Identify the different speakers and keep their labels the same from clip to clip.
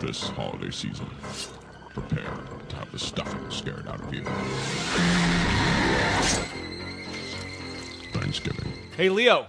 Speaker 1: This holiday season, prepare to have the stuffing scared out of you. Thanksgiving.
Speaker 2: Hey, Leo,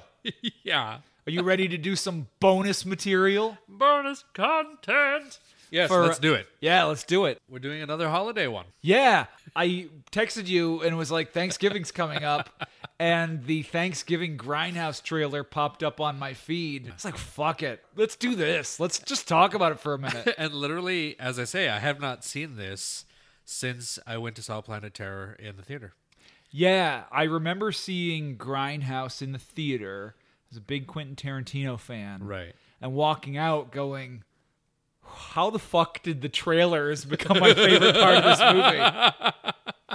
Speaker 3: yeah.
Speaker 2: are you ready to do some bonus material?
Speaker 3: Bonus content. Yes,
Speaker 2: For-
Speaker 3: let's do it.
Speaker 2: Yeah, let's do it.
Speaker 3: We're doing another holiday one.
Speaker 2: Yeah, I texted you and was like, Thanksgiving's coming up. And the Thanksgiving Grindhouse trailer popped up on my feed. It's like, fuck it. Let's do this. Let's just talk about it for a minute.
Speaker 3: And literally, as I say, I have not seen this since I went to Saw Planet Terror in the theater.
Speaker 2: Yeah, I remember seeing Grindhouse in the theater. I was a big Quentin Tarantino fan.
Speaker 3: Right.
Speaker 2: And walking out going, how the fuck did the trailers become my favorite part of this movie?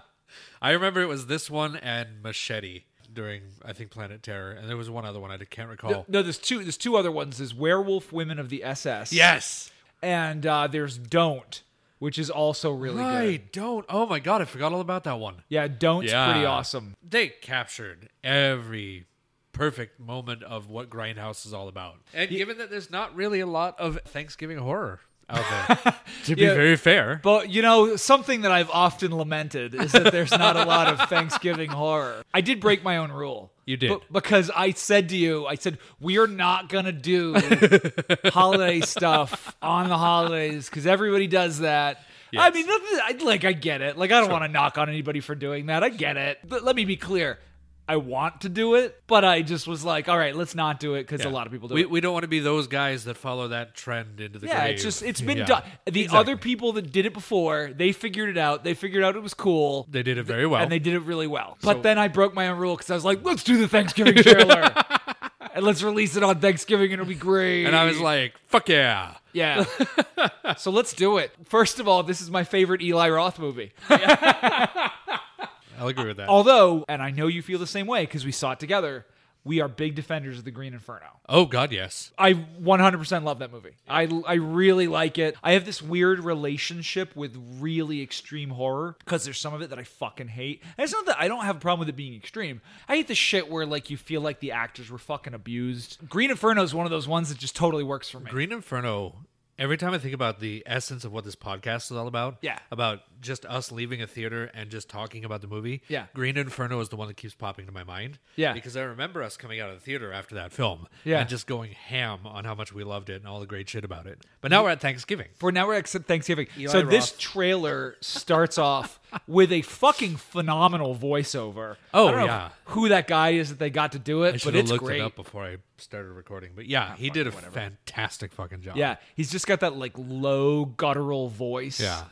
Speaker 3: I remember it was this one and Machete during I think Planet Terror, and there was one other one I can't recall.
Speaker 2: No, there's two there's two other ones. There's Werewolf Women of the SS.
Speaker 3: Yes.
Speaker 2: And uh, there's Don't, which is also really good.
Speaker 3: Right. Don't. Oh my god, I forgot all about that one.
Speaker 2: Yeah, Don't's
Speaker 3: Yeah.
Speaker 2: pretty awesome.
Speaker 3: They captured every perfect moment of what Grindhouse is all about. And given that there's not really a lot of Thanksgiving horror out there, to be
Speaker 2: Yeah.
Speaker 3: very fair,
Speaker 2: But you know, something that I've often lamented is that there's not a lot of Thanksgiving horror. I did break my own rule.
Speaker 3: You did.
Speaker 2: Be- because I said to you, I said we are not gonna do holiday stuff on the holidays because everybody does that. I
Speaker 3: Yes.
Speaker 2: mean, nothing- I, like I get it. Like I don't want to knock on anybody for doing that. I get it. But let me be clear. I want to do it, but I just was like, all right, let's not do it because a lot of people do
Speaker 3: we,
Speaker 2: it.
Speaker 3: we don't want to be those guys that follow that trend into the
Speaker 2: Yeah,
Speaker 3: grave.
Speaker 2: it's just it's been
Speaker 3: Yeah.
Speaker 2: done. The
Speaker 3: Exactly.
Speaker 2: other people that did it before, they figured it out. They figured out it was cool,
Speaker 3: They did it very well.
Speaker 2: and they did it really well. But
Speaker 3: So-
Speaker 2: then I broke my own rule because I was like, "Let's do the Thanksgiving trailer, and let's release it on Thanksgiving. It'll be great."
Speaker 3: And I was like, fuck yeah.
Speaker 2: "Yeah." so let's do it. First of all, this is my favorite Eli Roth movie.
Speaker 3: I'll agree with that.
Speaker 2: Although, and I know you feel the same way because we saw it together. We are big defenders of the Green Inferno.
Speaker 3: Oh, God, yes.
Speaker 2: I 100% love that movie. I, I really like it. I have this weird relationship with really extreme horror because there's some of it that I fucking hate. And it's not that I don't have a problem with it being extreme. I hate the shit where like you feel like the actors were fucking abused. Green Inferno is one of those ones that just totally works for me.
Speaker 3: Green Inferno, every time I think about the essence of what this podcast is all about,
Speaker 2: Yeah.
Speaker 3: about just us leaving a theater and just talking about the movie,
Speaker 2: Yeah.
Speaker 3: Green Inferno is the one that keeps popping to my mind.
Speaker 2: Yeah.
Speaker 3: Because I remember us coming out of the theater after that film
Speaker 2: Yeah.
Speaker 3: and just going ham on how much we loved it and all the great shit about it. But now we're at Thanksgiving.
Speaker 2: For now, we're at Thanksgiving. so this
Speaker 3: Roth.
Speaker 2: trailer starts off with a fucking phenomenal voiceover.
Speaker 3: Oh,
Speaker 2: I don't know
Speaker 3: yeah.
Speaker 2: who that guy is that they got to do it,
Speaker 3: I
Speaker 2: but
Speaker 3: should have
Speaker 2: it's
Speaker 3: looked
Speaker 2: great.
Speaker 3: it up before I started recording. But Ah, yeah, he did a fantastic fucking job.
Speaker 2: Yeah, he's just got that like low guttural voice.
Speaker 3: Yeah.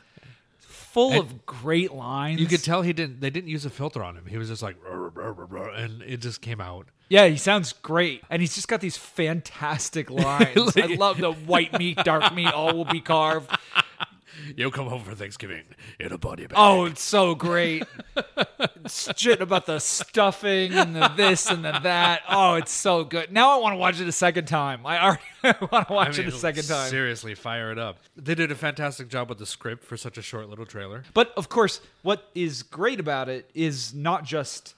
Speaker 2: full
Speaker 3: And
Speaker 2: of great lines.
Speaker 3: You could tell he didn't. They didn't use a filter on him. He was just like, "Rah, rah, rah, rah, rah," and it just came out.
Speaker 2: Yeah, he sounds great, and he's just got these fantastic lines. I love the white meat, dark meat, all will be carved.
Speaker 3: You'll come home for Thanksgiving in a body bag.
Speaker 2: Oh, it's so great. Shit about the stuffing and the this and the that. Oh, it's so good. Now I want to watch it a second time. I already want to watch it a second time.
Speaker 3: Seriously, fire it up. They did a fantastic job with the script for such a short little trailer.
Speaker 2: But of course, what is great about it is not just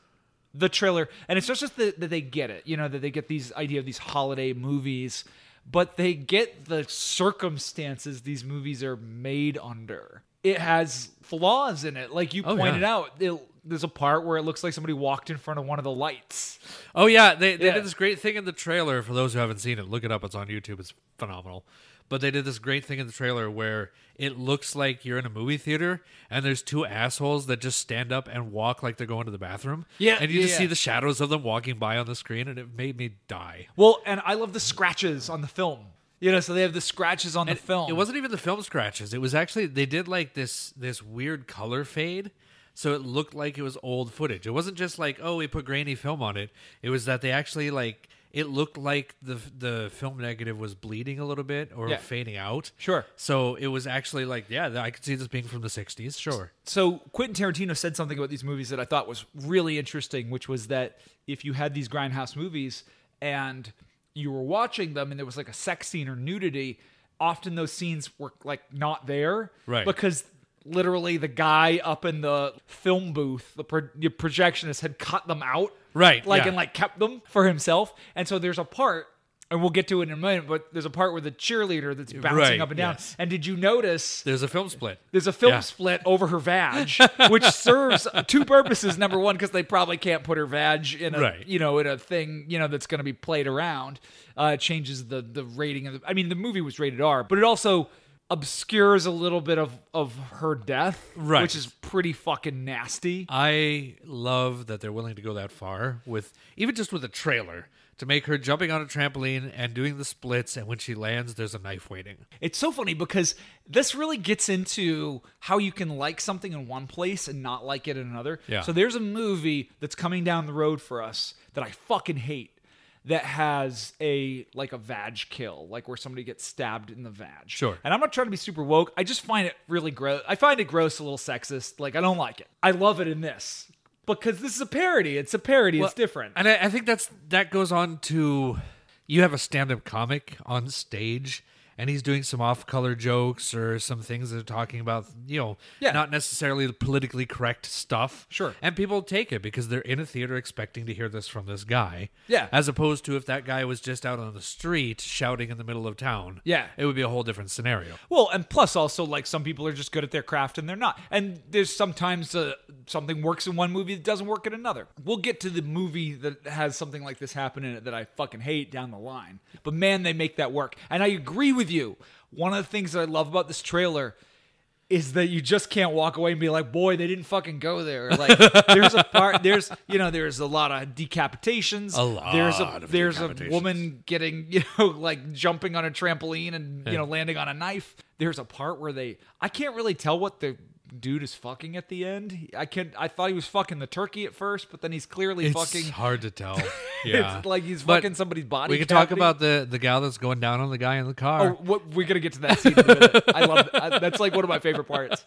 Speaker 2: the trailer, and it's not just that, that they get it, you know, that they get these idea of these holiday movies, but they get the circumstances these movies are made under. It has flaws in it, like you
Speaker 3: Oh,
Speaker 2: pointed
Speaker 3: yeah.
Speaker 2: out. It, there's a part where it looks like somebody walked in front of one of the lights.
Speaker 3: Oh yeah, they, they
Speaker 2: Yeah.
Speaker 3: did this great thing in the trailer. For those who haven't seen it, look it up. It's on YouTube. It's phenomenal. But they did this great thing in the trailer where it looks like you're in a movie theater and there's two assholes that just stand up and walk like they're going to the bathroom.
Speaker 2: Yeah,
Speaker 3: and you
Speaker 2: yeah,
Speaker 3: just see
Speaker 2: yeah.
Speaker 3: the shadows of them walking by on the screen, and it made me die.
Speaker 2: Well, and I love the scratches on the film. You know, so they have the scratches on the film.
Speaker 3: It wasn't even the film scratches. It was actually they did like this this weird color fade, so it looked like it was old footage. It wasn't just like oh we put grainy film on it. It was that they actually like it looked like the the film negative was bleeding a little bit or
Speaker 2: Yeah.
Speaker 3: fading out.
Speaker 2: Sure.
Speaker 3: So it was actually like yeah I could see this being from the '60s. Sure.
Speaker 2: so Quentin Tarantino said something about these movies that I thought was really interesting, which was that if you had these grindhouse movies and you were watching them and there was like a sex scene or nudity, often those scenes were like not there,
Speaker 3: Right.
Speaker 2: Because literally the guy up in the film booth, the, pro- the projectionist, had cut them out,
Speaker 3: Right,
Speaker 2: Like
Speaker 3: yeah.
Speaker 2: and like kept them for himself, and so there's a part and we'll get to it in a minute, but there's a part where the cheerleader that's bouncing
Speaker 3: Right,
Speaker 2: up and down.
Speaker 3: yes.
Speaker 2: And did you notice
Speaker 3: There's a film split.
Speaker 2: there's a film
Speaker 3: Yeah.
Speaker 2: split over her vag, which serves two purposes. Number one, because they probably can't put her vag in a
Speaker 3: Right.
Speaker 2: you know in a thing you know that's going to be played around. Uh, it changes the the rating of the. I mean, the movie was rated R, but it also obscures a little bit of of her death,
Speaker 3: Right.
Speaker 2: Which is pretty fucking nasty.
Speaker 3: I love that they're willing to go that far with even just with a trailer to make her jumping on a trampoline and doing the splits and when she lands there's a knife waiting.
Speaker 2: It's so funny because this really gets into how you can like something in one place and not like it in another.
Speaker 3: Yeah.
Speaker 2: So there's a movie that's coming down the road for us that I fucking hate that has a like a vag kill, like where somebody gets stabbed in the vag.
Speaker 3: Sure.
Speaker 2: And I'm not trying to be super woke. I just find it really gross. I find it gross, a little sexist. Like I don't like it. I love it in this because this is a parody. It's a parody. it's different.
Speaker 3: And I, I think that's that goes on to you have a stand-up comic on stage and he's doing some off-color jokes or some things that are talking about, you know,
Speaker 2: Yeah.
Speaker 3: not necessarily the politically correct stuff.
Speaker 2: Sure.
Speaker 3: And people take it because they're in a theater expecting to hear this from this guy.
Speaker 2: Yeah.
Speaker 3: As opposed to if that guy was just out on the street shouting in the middle of town.
Speaker 2: Yeah.
Speaker 3: It would be a whole different scenario.
Speaker 2: Well, and plus also like some people are just good at their craft and they're not. And there's sometimes uh, something works in one movie that doesn't work in another. We'll get to the movie that has something like this happen in it that I fucking hate down the line. But man, they make that work. And I agree with you. One of the things that I love about this trailer is that you just can't walk away and be like, boy, they didn't fucking go there. Like there's a part there's you know, there's a lot of decapitations.
Speaker 3: A lot
Speaker 2: There's a
Speaker 3: of
Speaker 2: there's a
Speaker 3: decapitations.
Speaker 2: woman getting you know like jumping on a trampoline and you know landing on a knife there's a part where they i can't really tell what the dude is fucking at the end i can i thought he was fucking the turkey at first but then he's clearly
Speaker 3: It's
Speaker 2: fucking
Speaker 3: hard to tell. Yeah.
Speaker 2: It's like he's
Speaker 3: But
Speaker 2: fucking somebody's body
Speaker 3: We could talk
Speaker 2: cavity.
Speaker 3: about the the gal that's going down on the guy in the
Speaker 2: oh,
Speaker 3: car.
Speaker 2: what, we're gonna get to that scene in a minute. i love I, that's like one of my favorite parts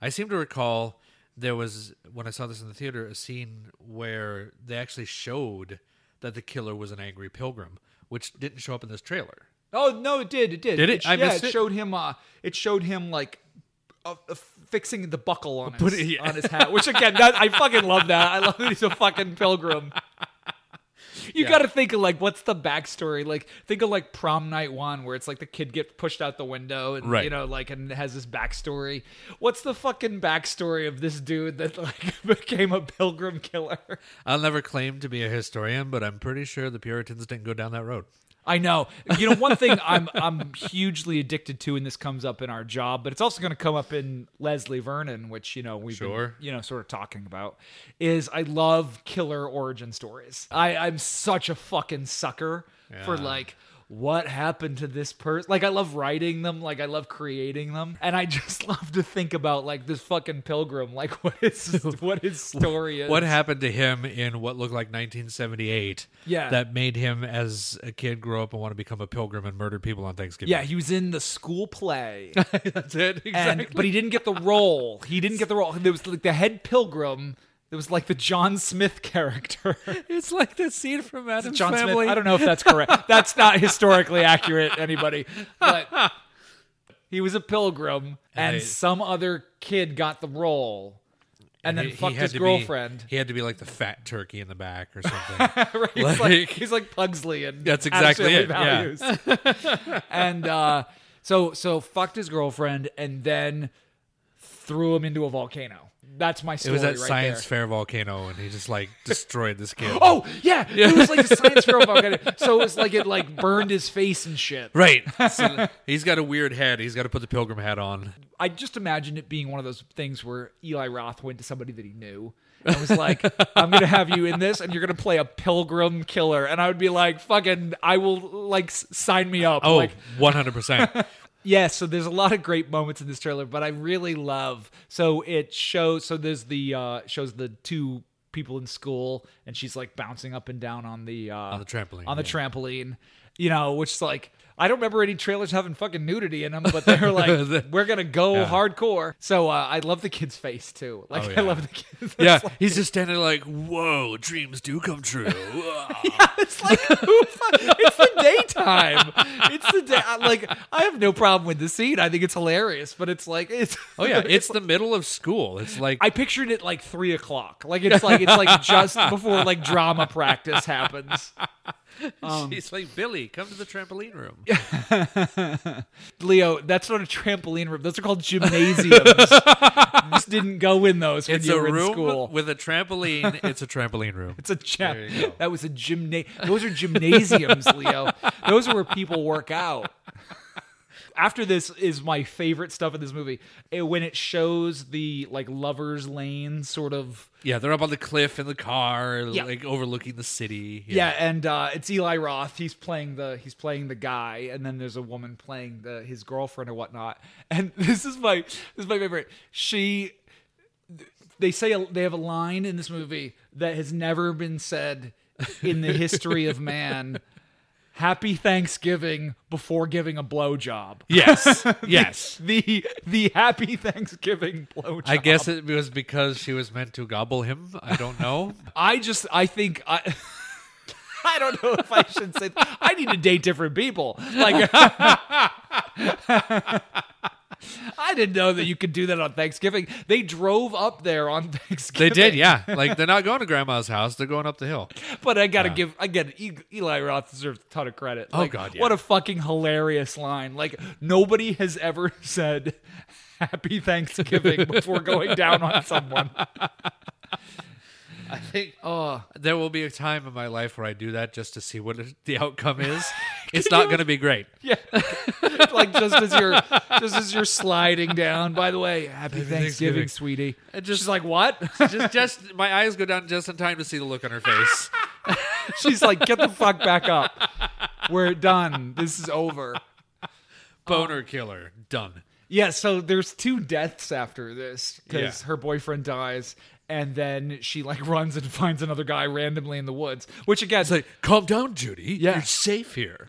Speaker 3: I seem to recall there was when I saw this in the theater a scene where they actually showed that the killer was an angry pilgrim, which didn't show up in this trailer.
Speaker 2: oh no it did it did
Speaker 3: Did it? I
Speaker 2: yeah
Speaker 3: missed
Speaker 2: it
Speaker 3: it.
Speaker 2: showed him uh it showed him like uh, uh, fixing the buckle on his,
Speaker 3: it- yeah.
Speaker 2: on his hat which again that, i fucking love that i love that he's a fucking pilgrim You got to think of like what's the backstory? Like think of like prom night one, where it's like the kid gets pushed out the window, and you
Speaker 3: Right.
Speaker 2: know, like and has this backstory. What's the fucking backstory of this dude that like became a pilgrim killer?
Speaker 3: I'll never claim to be a historian, but I'm pretty sure the Puritans didn't go down that road.
Speaker 2: I know. You know, one thing I'm I'm hugely addicted to, and this comes up in our job, but it's also going to come up in Leslie Vernon, which you know we've
Speaker 3: Sure.
Speaker 2: been, you know sort of talking about. Is I love killer origin stories. I I'm such a fucking sucker for
Speaker 3: Yeah.
Speaker 2: like what happened to this person. Like I love writing them. Like I love creating them, and I just love to think about like this fucking pilgrim. Like what his what his story is.
Speaker 3: What happened to him in what looked like 1978?
Speaker 2: Yeah.
Speaker 3: that made him as a kid grow up and want to become a pilgrim and murder people on Thanksgiving.
Speaker 2: Yeah, he was in the school play.
Speaker 3: that's it.
Speaker 2: and
Speaker 3: Exactly.
Speaker 2: but he didn't get the role. He didn't get the role. There was like the head pilgrim. There was like the John Smith character.
Speaker 3: it's like that scene from Adam's
Speaker 2: John
Speaker 3: Family.
Speaker 2: Smith. I don't know if that's correct. that's not historically accurate. Anybody, but he was a pilgrim, and
Speaker 3: Right.
Speaker 2: some other kid got the role, and, then
Speaker 3: he- he
Speaker 2: fucked
Speaker 3: had
Speaker 2: his
Speaker 3: to be-
Speaker 2: girlfriend.
Speaker 3: he had to be like the fat turkey in the back or something.
Speaker 2: Right? He's like,
Speaker 3: Like-
Speaker 2: he's like Pugsley and
Speaker 3: That's exactly it,
Speaker 2: Values. and uh, so so fucked his girlfriend and then threw him into a volcano. That's my
Speaker 3: It
Speaker 2: story
Speaker 3: was that
Speaker 2: right
Speaker 3: science
Speaker 2: there.
Speaker 3: fair volcano, and he just like destroyed this kid.
Speaker 2: Oh yeah, it was like a science fair volcano. So it was like it like burned his face and shit.
Speaker 3: right. So he's got a weird head. He's got to put the pilgrim hat on.
Speaker 2: I just imagine it being one of those things where Eli Roth went to somebody that he knew and was like, I'm going to have you in this and you're going to play a pilgrim killer. And I would be like, fucking, I will, like, s- sign me up.
Speaker 3: Oh,
Speaker 2: Like,
Speaker 3: 100 percent.
Speaker 2: Yeah, so there's a lot of great moments in this trailer, but I really love. So it shows. So there's the uh, shows the two people in school, and she's like bouncing up and down on the uh, on
Speaker 3: the trampoline,
Speaker 2: on the
Speaker 3: yeah.
Speaker 2: trampoline. You know, which is like I don't remember any trailers having fucking nudity in them, but they're like we're gonna go hardcore. So uh, I love the kid's face too. Like
Speaker 3: Oh,
Speaker 2: I
Speaker 3: yeah.
Speaker 2: love the kid's
Speaker 3: Yeah, he's just standing there like, "Whoa, dreams do come true."
Speaker 2: It's like who fu- it's the daytime. It's the day. I- Like I have no problem with the scene. I think it's hilarious, but it's like it's
Speaker 3: oh yeah, it's the middle of school. It's like
Speaker 2: I pictured it like three o'clock. Like it's like it's like just before like drama practice happens.
Speaker 3: She's um, like Billy, come to the trampoline room.
Speaker 2: Leo, that's not a trampoline room. Those are called gymnasiums. this didn't go in those when
Speaker 3: It's
Speaker 2: you
Speaker 3: a
Speaker 2: were in
Speaker 3: room
Speaker 2: school.
Speaker 3: with a trampoline. It's a trampoline room.
Speaker 2: It's a gym.
Speaker 3: There you go.
Speaker 2: That was a gymnasium. Those are gymnasiums, Leo. Those are where people work out. After this is my favorite stuff in this movie. It- when it shows the like lovers lane sort of
Speaker 3: Yeah, they're up on the cliff in the car,
Speaker 2: Yeah.
Speaker 3: like overlooking the city.
Speaker 2: yeah, and uh, it's Eli Roth. He's playing the he's playing the guy, and then there's a woman playing the his girlfriend or whatnot. And this is my this is my favorite. She they say they have a line in this movie that has never been said in the history of man. Happy Thanksgiving before giving a blowjob.
Speaker 3: Yes. Yes.
Speaker 2: The the happy Thanksgiving blowjob.
Speaker 3: I guess it was because she was meant to gobble him. I don't know.
Speaker 2: I just I think I I don't know if I should say I need to date different people. Like I didn't know that you could do that on Thanksgiving. They drove up there on
Speaker 3: They
Speaker 2: Thanksgiving.
Speaker 3: did, yeah. Like they're not going to grandma's house; they're going up the hill.
Speaker 2: But I gotta give again. E- Eli Roth deserves a ton of credit. Oh
Speaker 3: God, yeah.
Speaker 2: what a fucking hilarious line! Like nobody has ever said "Happy Thanksgiving" before going down on someone.
Speaker 3: I think oh, there will be a time in my life where I do that just to see what it- the outcome is. it's not going to be great.
Speaker 2: Yeah. like just as you're just as you're sliding down. By the way, happy Thanksgiving,
Speaker 3: Thanksgiving.
Speaker 2: sweetie.
Speaker 3: And just
Speaker 2: She's like, what?
Speaker 3: just, just my eyes go down just in time to see the look on her face.
Speaker 2: She's like, get the fuck back up. We're done. This is over.
Speaker 3: Boner killer, done.
Speaker 2: Yeah, so there's two deaths after this because
Speaker 3: Yeah.
Speaker 2: her boyfriend dies, and then she like runs and finds another guy randomly in the woods. Which again,
Speaker 3: It's like, calm down, Judy.
Speaker 2: Yeah.
Speaker 3: You're safe here.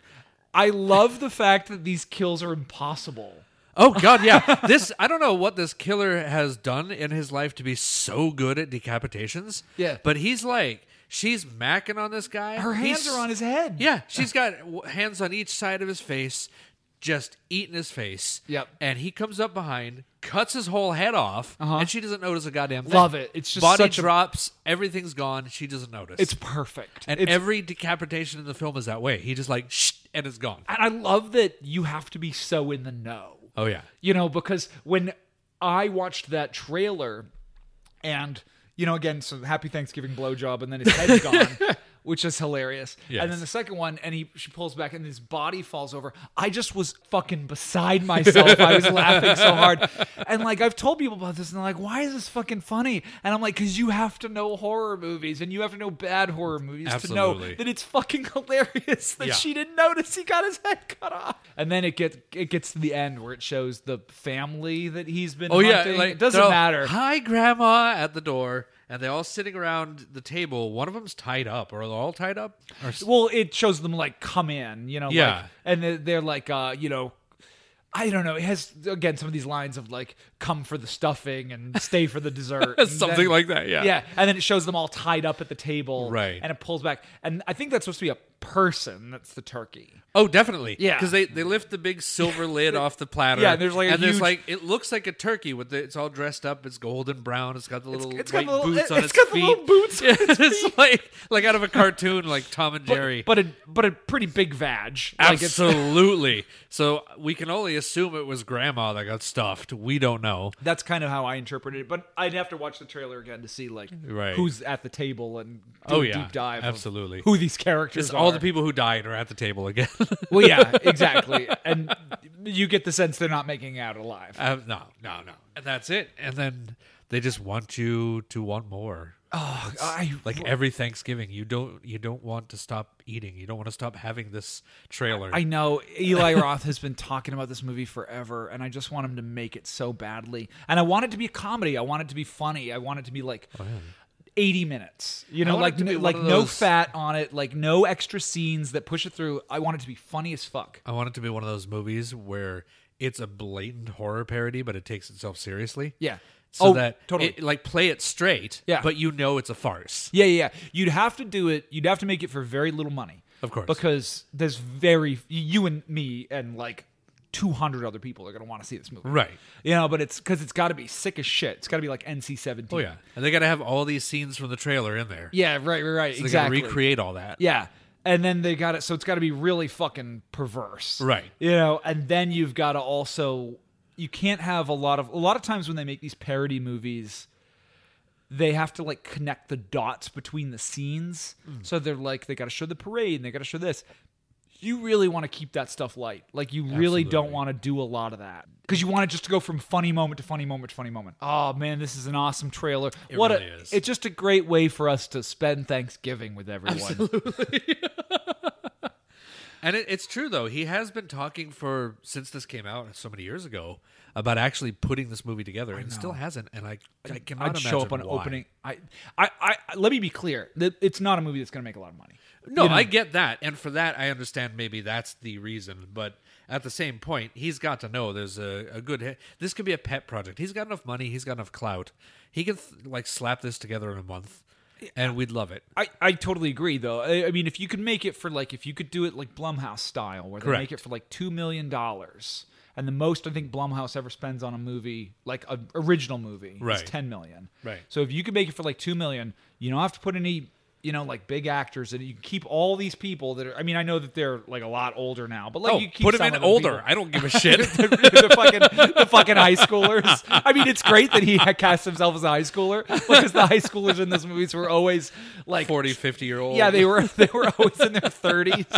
Speaker 2: I love the fact that these kills are impossible.
Speaker 3: Oh God, yeah. this I don't know what this killer has done in his life to be so good at decapitations.
Speaker 2: Yeah.
Speaker 3: but he's like she's macking on this guy.
Speaker 2: Her hands
Speaker 3: He's-
Speaker 2: are on his head.
Speaker 3: Yeah, she's got w- hands on each side of his face, just eating his face.
Speaker 2: Yep.
Speaker 3: And he comes up behind, cuts his whole head off, and she doesn't notice a goddamn thing.
Speaker 2: Uh-huh. Love it. It's just
Speaker 3: body
Speaker 2: such a-
Speaker 3: drops, everything's gone. She doesn't notice.
Speaker 2: It's perfect.
Speaker 3: and
Speaker 2: it's
Speaker 3: every decapitation in the film is that way. He just like shh, and it's gone.
Speaker 2: And I love that you have to be so in the know.
Speaker 3: Oh yeah.
Speaker 2: You know, because when I watched that trailer and, you know, again, so happy Thanksgiving blowjob and then his head's gone, which is hilarious.
Speaker 3: Yes.
Speaker 2: And then the second one, and he she pulls back and his body falls over. I just was fucking beside myself. I was laughing so hard. And like I've told people about this and they're like, why is this fucking funny? And I'm like, because you have to know horror movies and you have to know bad horror movies to know
Speaker 3: Absolutely.
Speaker 2: that it's fucking hilarious that
Speaker 3: Yeah.
Speaker 2: she didn't notice he got his head cut off. And then it gets it gets to the end where it shows the family that he's been.
Speaker 3: Oh yeah,
Speaker 2: hunting.
Speaker 3: like
Speaker 2: it doesn't
Speaker 3: they're all,
Speaker 2: matter.
Speaker 3: Hi, Grandma, at the door, and they're all sitting around the table. One of them's tied up, or they're all tied up. Or s-
Speaker 2: Well, it shows them like come in, you know.
Speaker 3: Yeah.
Speaker 2: Like, and they're, they're like, uh, you know. I don't know. It has again some of these lines of like "come for the stuffing" and "stay for the dessert," and
Speaker 3: Something
Speaker 2: then-
Speaker 3: like that, yeah.
Speaker 2: yeah. And then it shows them all tied up at the table,
Speaker 3: Right.
Speaker 2: And it pulls back, and I think that's supposed to be a person. That's the turkey.
Speaker 3: oh, definitely,
Speaker 2: Yeah.
Speaker 3: because they, they lift the big silver lid off the platter.
Speaker 2: Yeah, and there's, like, a
Speaker 3: and there's
Speaker 2: huge-
Speaker 3: like it looks like a turkey with the, it's all dressed up. It's golden brown. It's got the little
Speaker 2: it's got
Speaker 3: white
Speaker 2: the little-
Speaker 3: boots on
Speaker 2: it's
Speaker 3: its
Speaker 2: got the
Speaker 3: feet.
Speaker 2: little boots on
Speaker 3: it's like like out of a cartoon, like Tom and
Speaker 2: But-
Speaker 3: Jerry.
Speaker 2: But, a but a pretty big vag. Like it's,
Speaker 3: Absolutely. so we can only assume it was Grandma that got stuffed. We don't know.
Speaker 2: that's kind of how I interpreted it. But I'd have to watch the trailer again to see like
Speaker 3: Right.
Speaker 2: who's at the table and do
Speaker 3: Oh,
Speaker 2: a
Speaker 3: yeah.
Speaker 2: deep dive. of
Speaker 3: Absolutely.
Speaker 2: who these characters
Speaker 3: Just
Speaker 2: are.
Speaker 3: all the people who died are at the table again.
Speaker 2: Well, yeah, exactly. and you get the sense they're not making out alive.
Speaker 3: Uh, no, no, no. And that's it. And then they just want you to want more.
Speaker 2: Oh, I
Speaker 3: Like every Thanksgiving, you don't you don't want to stop eating. You don't want to stop having this trailer.
Speaker 2: I know Eli Roth has been talking about this movie forever, and I just want him to make it so badly. And I want it to be a comedy. I want it to be funny. I want it to be like. 80 minutes you know
Speaker 3: Oh, want it
Speaker 2: like
Speaker 3: to be
Speaker 2: no,
Speaker 3: one
Speaker 2: like
Speaker 3: of
Speaker 2: no
Speaker 3: those-
Speaker 2: fat on it like no extra scenes that push it through i want it to be funny as fuck
Speaker 3: I want it to be one of those movies where it's a blatant horror parody, but it takes itself seriously.
Speaker 2: Yeah.
Speaker 3: So
Speaker 2: Oh,
Speaker 3: that
Speaker 2: totally.
Speaker 3: it, like play it straight.
Speaker 2: Yeah.
Speaker 3: But you know it's a farce.
Speaker 2: yeah yeah yeah. you'd have to do it you'd have to make it for very little money
Speaker 3: Of course.
Speaker 2: because there's very you and me and like 200 other people are going to want to see this movie
Speaker 3: Right.
Speaker 2: you know but it's because it's got to be sick as shit it's got to be like nc-17
Speaker 3: Oh yeah. And they got to have all these scenes from the trailer in there.
Speaker 2: yeah right right right
Speaker 3: So they got
Speaker 2: exactly
Speaker 3: to recreate all that.
Speaker 2: yeah and then they got it so it's got to be really fucking perverse
Speaker 3: Right.
Speaker 2: you know and then you've got to also you can't have a lot of a lot of times when they make these parody movies they have to like connect the dots between the scenes
Speaker 3: Mm.
Speaker 2: so they're like they got to show the parade and they got to show this you really want to keep that stuff light like you really don't
Speaker 3: Absolutely.
Speaker 2: want to do a lot of that because you want it just to go from funny moment to funny moment to funny moment oh man this is an awesome trailer what
Speaker 3: really
Speaker 2: a,
Speaker 3: is.
Speaker 2: it's just a great way for us to spend thanksgiving with everyone
Speaker 3: And it, it's true though. He has been talking for since this came out so many years ago about actually putting this movie together, and still hasn't. And I, I cannot
Speaker 2: I'd show up on
Speaker 3: imagine
Speaker 2: an
Speaker 3: why.
Speaker 2: opening. I, I, I, I- let me be clear. Th- It's not a movie that's going to make a lot of money.
Speaker 3: No, I get that, and for that, I understand. Maybe that's the reason, but at the same point, he's got to know there's a, a good. hit. This could be a pet project. He's got enough money. He's got enough clout. He can th- like slap this together in a month, and we'd love it.
Speaker 2: I, I totally agree though. I, I mean, if you could make it for like, if you could do it like Blumhouse style, where they make
Speaker 3: Correct.
Speaker 2: it for like two million dollars, and the most I think Blumhouse ever spends on a movie, like an original movie, is
Speaker 3: Right.
Speaker 2: ten million.
Speaker 3: Right.
Speaker 2: So if you could make it for like two million, you don't have to put any, you know, like big actors, and you can keep all these people that are. I mean, I know that they're like a lot older now, but like
Speaker 3: Oh,
Speaker 2: you keep
Speaker 3: put him
Speaker 2: some
Speaker 3: in
Speaker 2: of them
Speaker 3: older.
Speaker 2: people-
Speaker 3: I don't give a shit.
Speaker 2: the fucking the fucking high schoolers. I mean, it's great that he ha- cast himself as a high schooler because the high schoolers in those movies were always like
Speaker 3: 40, 50 year old.
Speaker 2: Yeah, they were they were always in their thirties.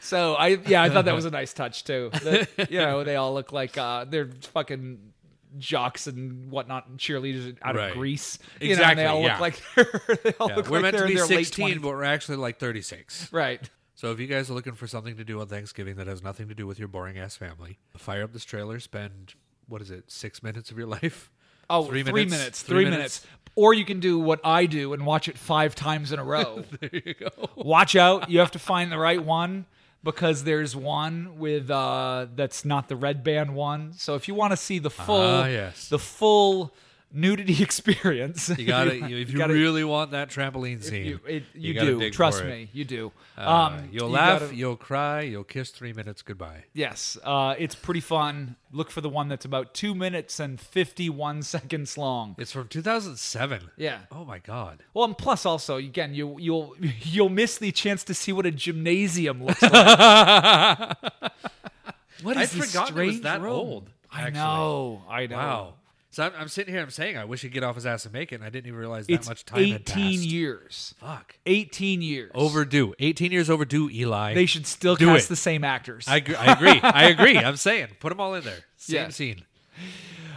Speaker 2: So I yeah I thought that was a nice touch too. That, you know they all look like uh, they're fucking jocks and whatnot and cheerleaders out
Speaker 3: Right.
Speaker 2: of Greece. You know, and
Speaker 3: Exactly,
Speaker 2: they all
Speaker 3: yeah.
Speaker 2: look like they're, they all
Speaker 3: Yeah,
Speaker 2: look
Speaker 3: we're
Speaker 2: like
Speaker 3: meant
Speaker 2: they're
Speaker 3: to be
Speaker 2: in their late
Speaker 3: 16,
Speaker 2: 20s.
Speaker 3: but we're actually like 36.
Speaker 2: Right.
Speaker 3: So if you guys are looking for something to do on Thanksgiving that has nothing to do with your boring ass family, fire up this trailer, spend what is it, six minutes of your life?
Speaker 2: Oh, three minutes. Three, minutes. Or you can do what I do and watch it five times in a row. there you go. Watch out. You have to find the right one because there's one with uh, that's not the red band one. So if you want to see the full,
Speaker 3: Ah, yes.
Speaker 2: the full nudity experience,
Speaker 3: You gotta you, if you,
Speaker 2: gotta-
Speaker 3: really want that trampoline scene.
Speaker 2: you, it, you,
Speaker 3: gotta
Speaker 2: do.
Speaker 3: dig
Speaker 2: Trust
Speaker 3: for it.
Speaker 2: me, you do. Um,
Speaker 3: Uh, you'll
Speaker 2: you
Speaker 3: laugh,
Speaker 2: gotta-
Speaker 3: you'll cry, you'll kiss three minutes goodbye.
Speaker 2: Yes, uh, it's pretty fun. Look for the one that's about two minutes and fifty-one seconds long.
Speaker 3: It's from 2007.
Speaker 2: Yeah.
Speaker 3: Oh my god.
Speaker 2: Well, and plus also, again, you you'll you'll miss the chance to see what a gymnasium looks like. what
Speaker 3: I'd
Speaker 2: is this
Speaker 3: forgotten it was
Speaker 2: strange
Speaker 3: that
Speaker 2: room?
Speaker 3: old,
Speaker 2: I
Speaker 3: actually.
Speaker 2: know. I know.
Speaker 3: Wow. So I'm, I'm sitting here. I'm saying I wish he'd get off his ass and make it. And I didn't even realize that
Speaker 2: It's
Speaker 3: much time had passed.
Speaker 2: 18 years.
Speaker 3: Fuck.
Speaker 2: 18 years.
Speaker 3: Overdue. 18 years overdue. Eli.
Speaker 2: They should still
Speaker 3: Do
Speaker 2: cast
Speaker 3: it.
Speaker 2: the same actors.
Speaker 3: I agree. I agree. I agree. I'm saying put them all in there. Same
Speaker 2: Yeah.
Speaker 3: scene.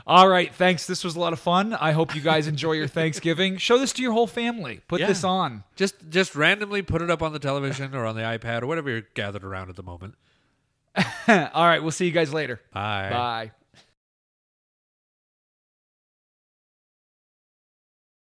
Speaker 2: All right, thanks. This was a lot of fun. I hope you guys enjoy your Thanksgiving. Show this to your whole family. Put
Speaker 3: Yeah.
Speaker 2: this on.
Speaker 3: Just just randomly put it up on the television or on the iPad or whatever you're gathered around at the moment.
Speaker 2: All right, we'll see you guys later.
Speaker 3: Bye.
Speaker 2: Bye.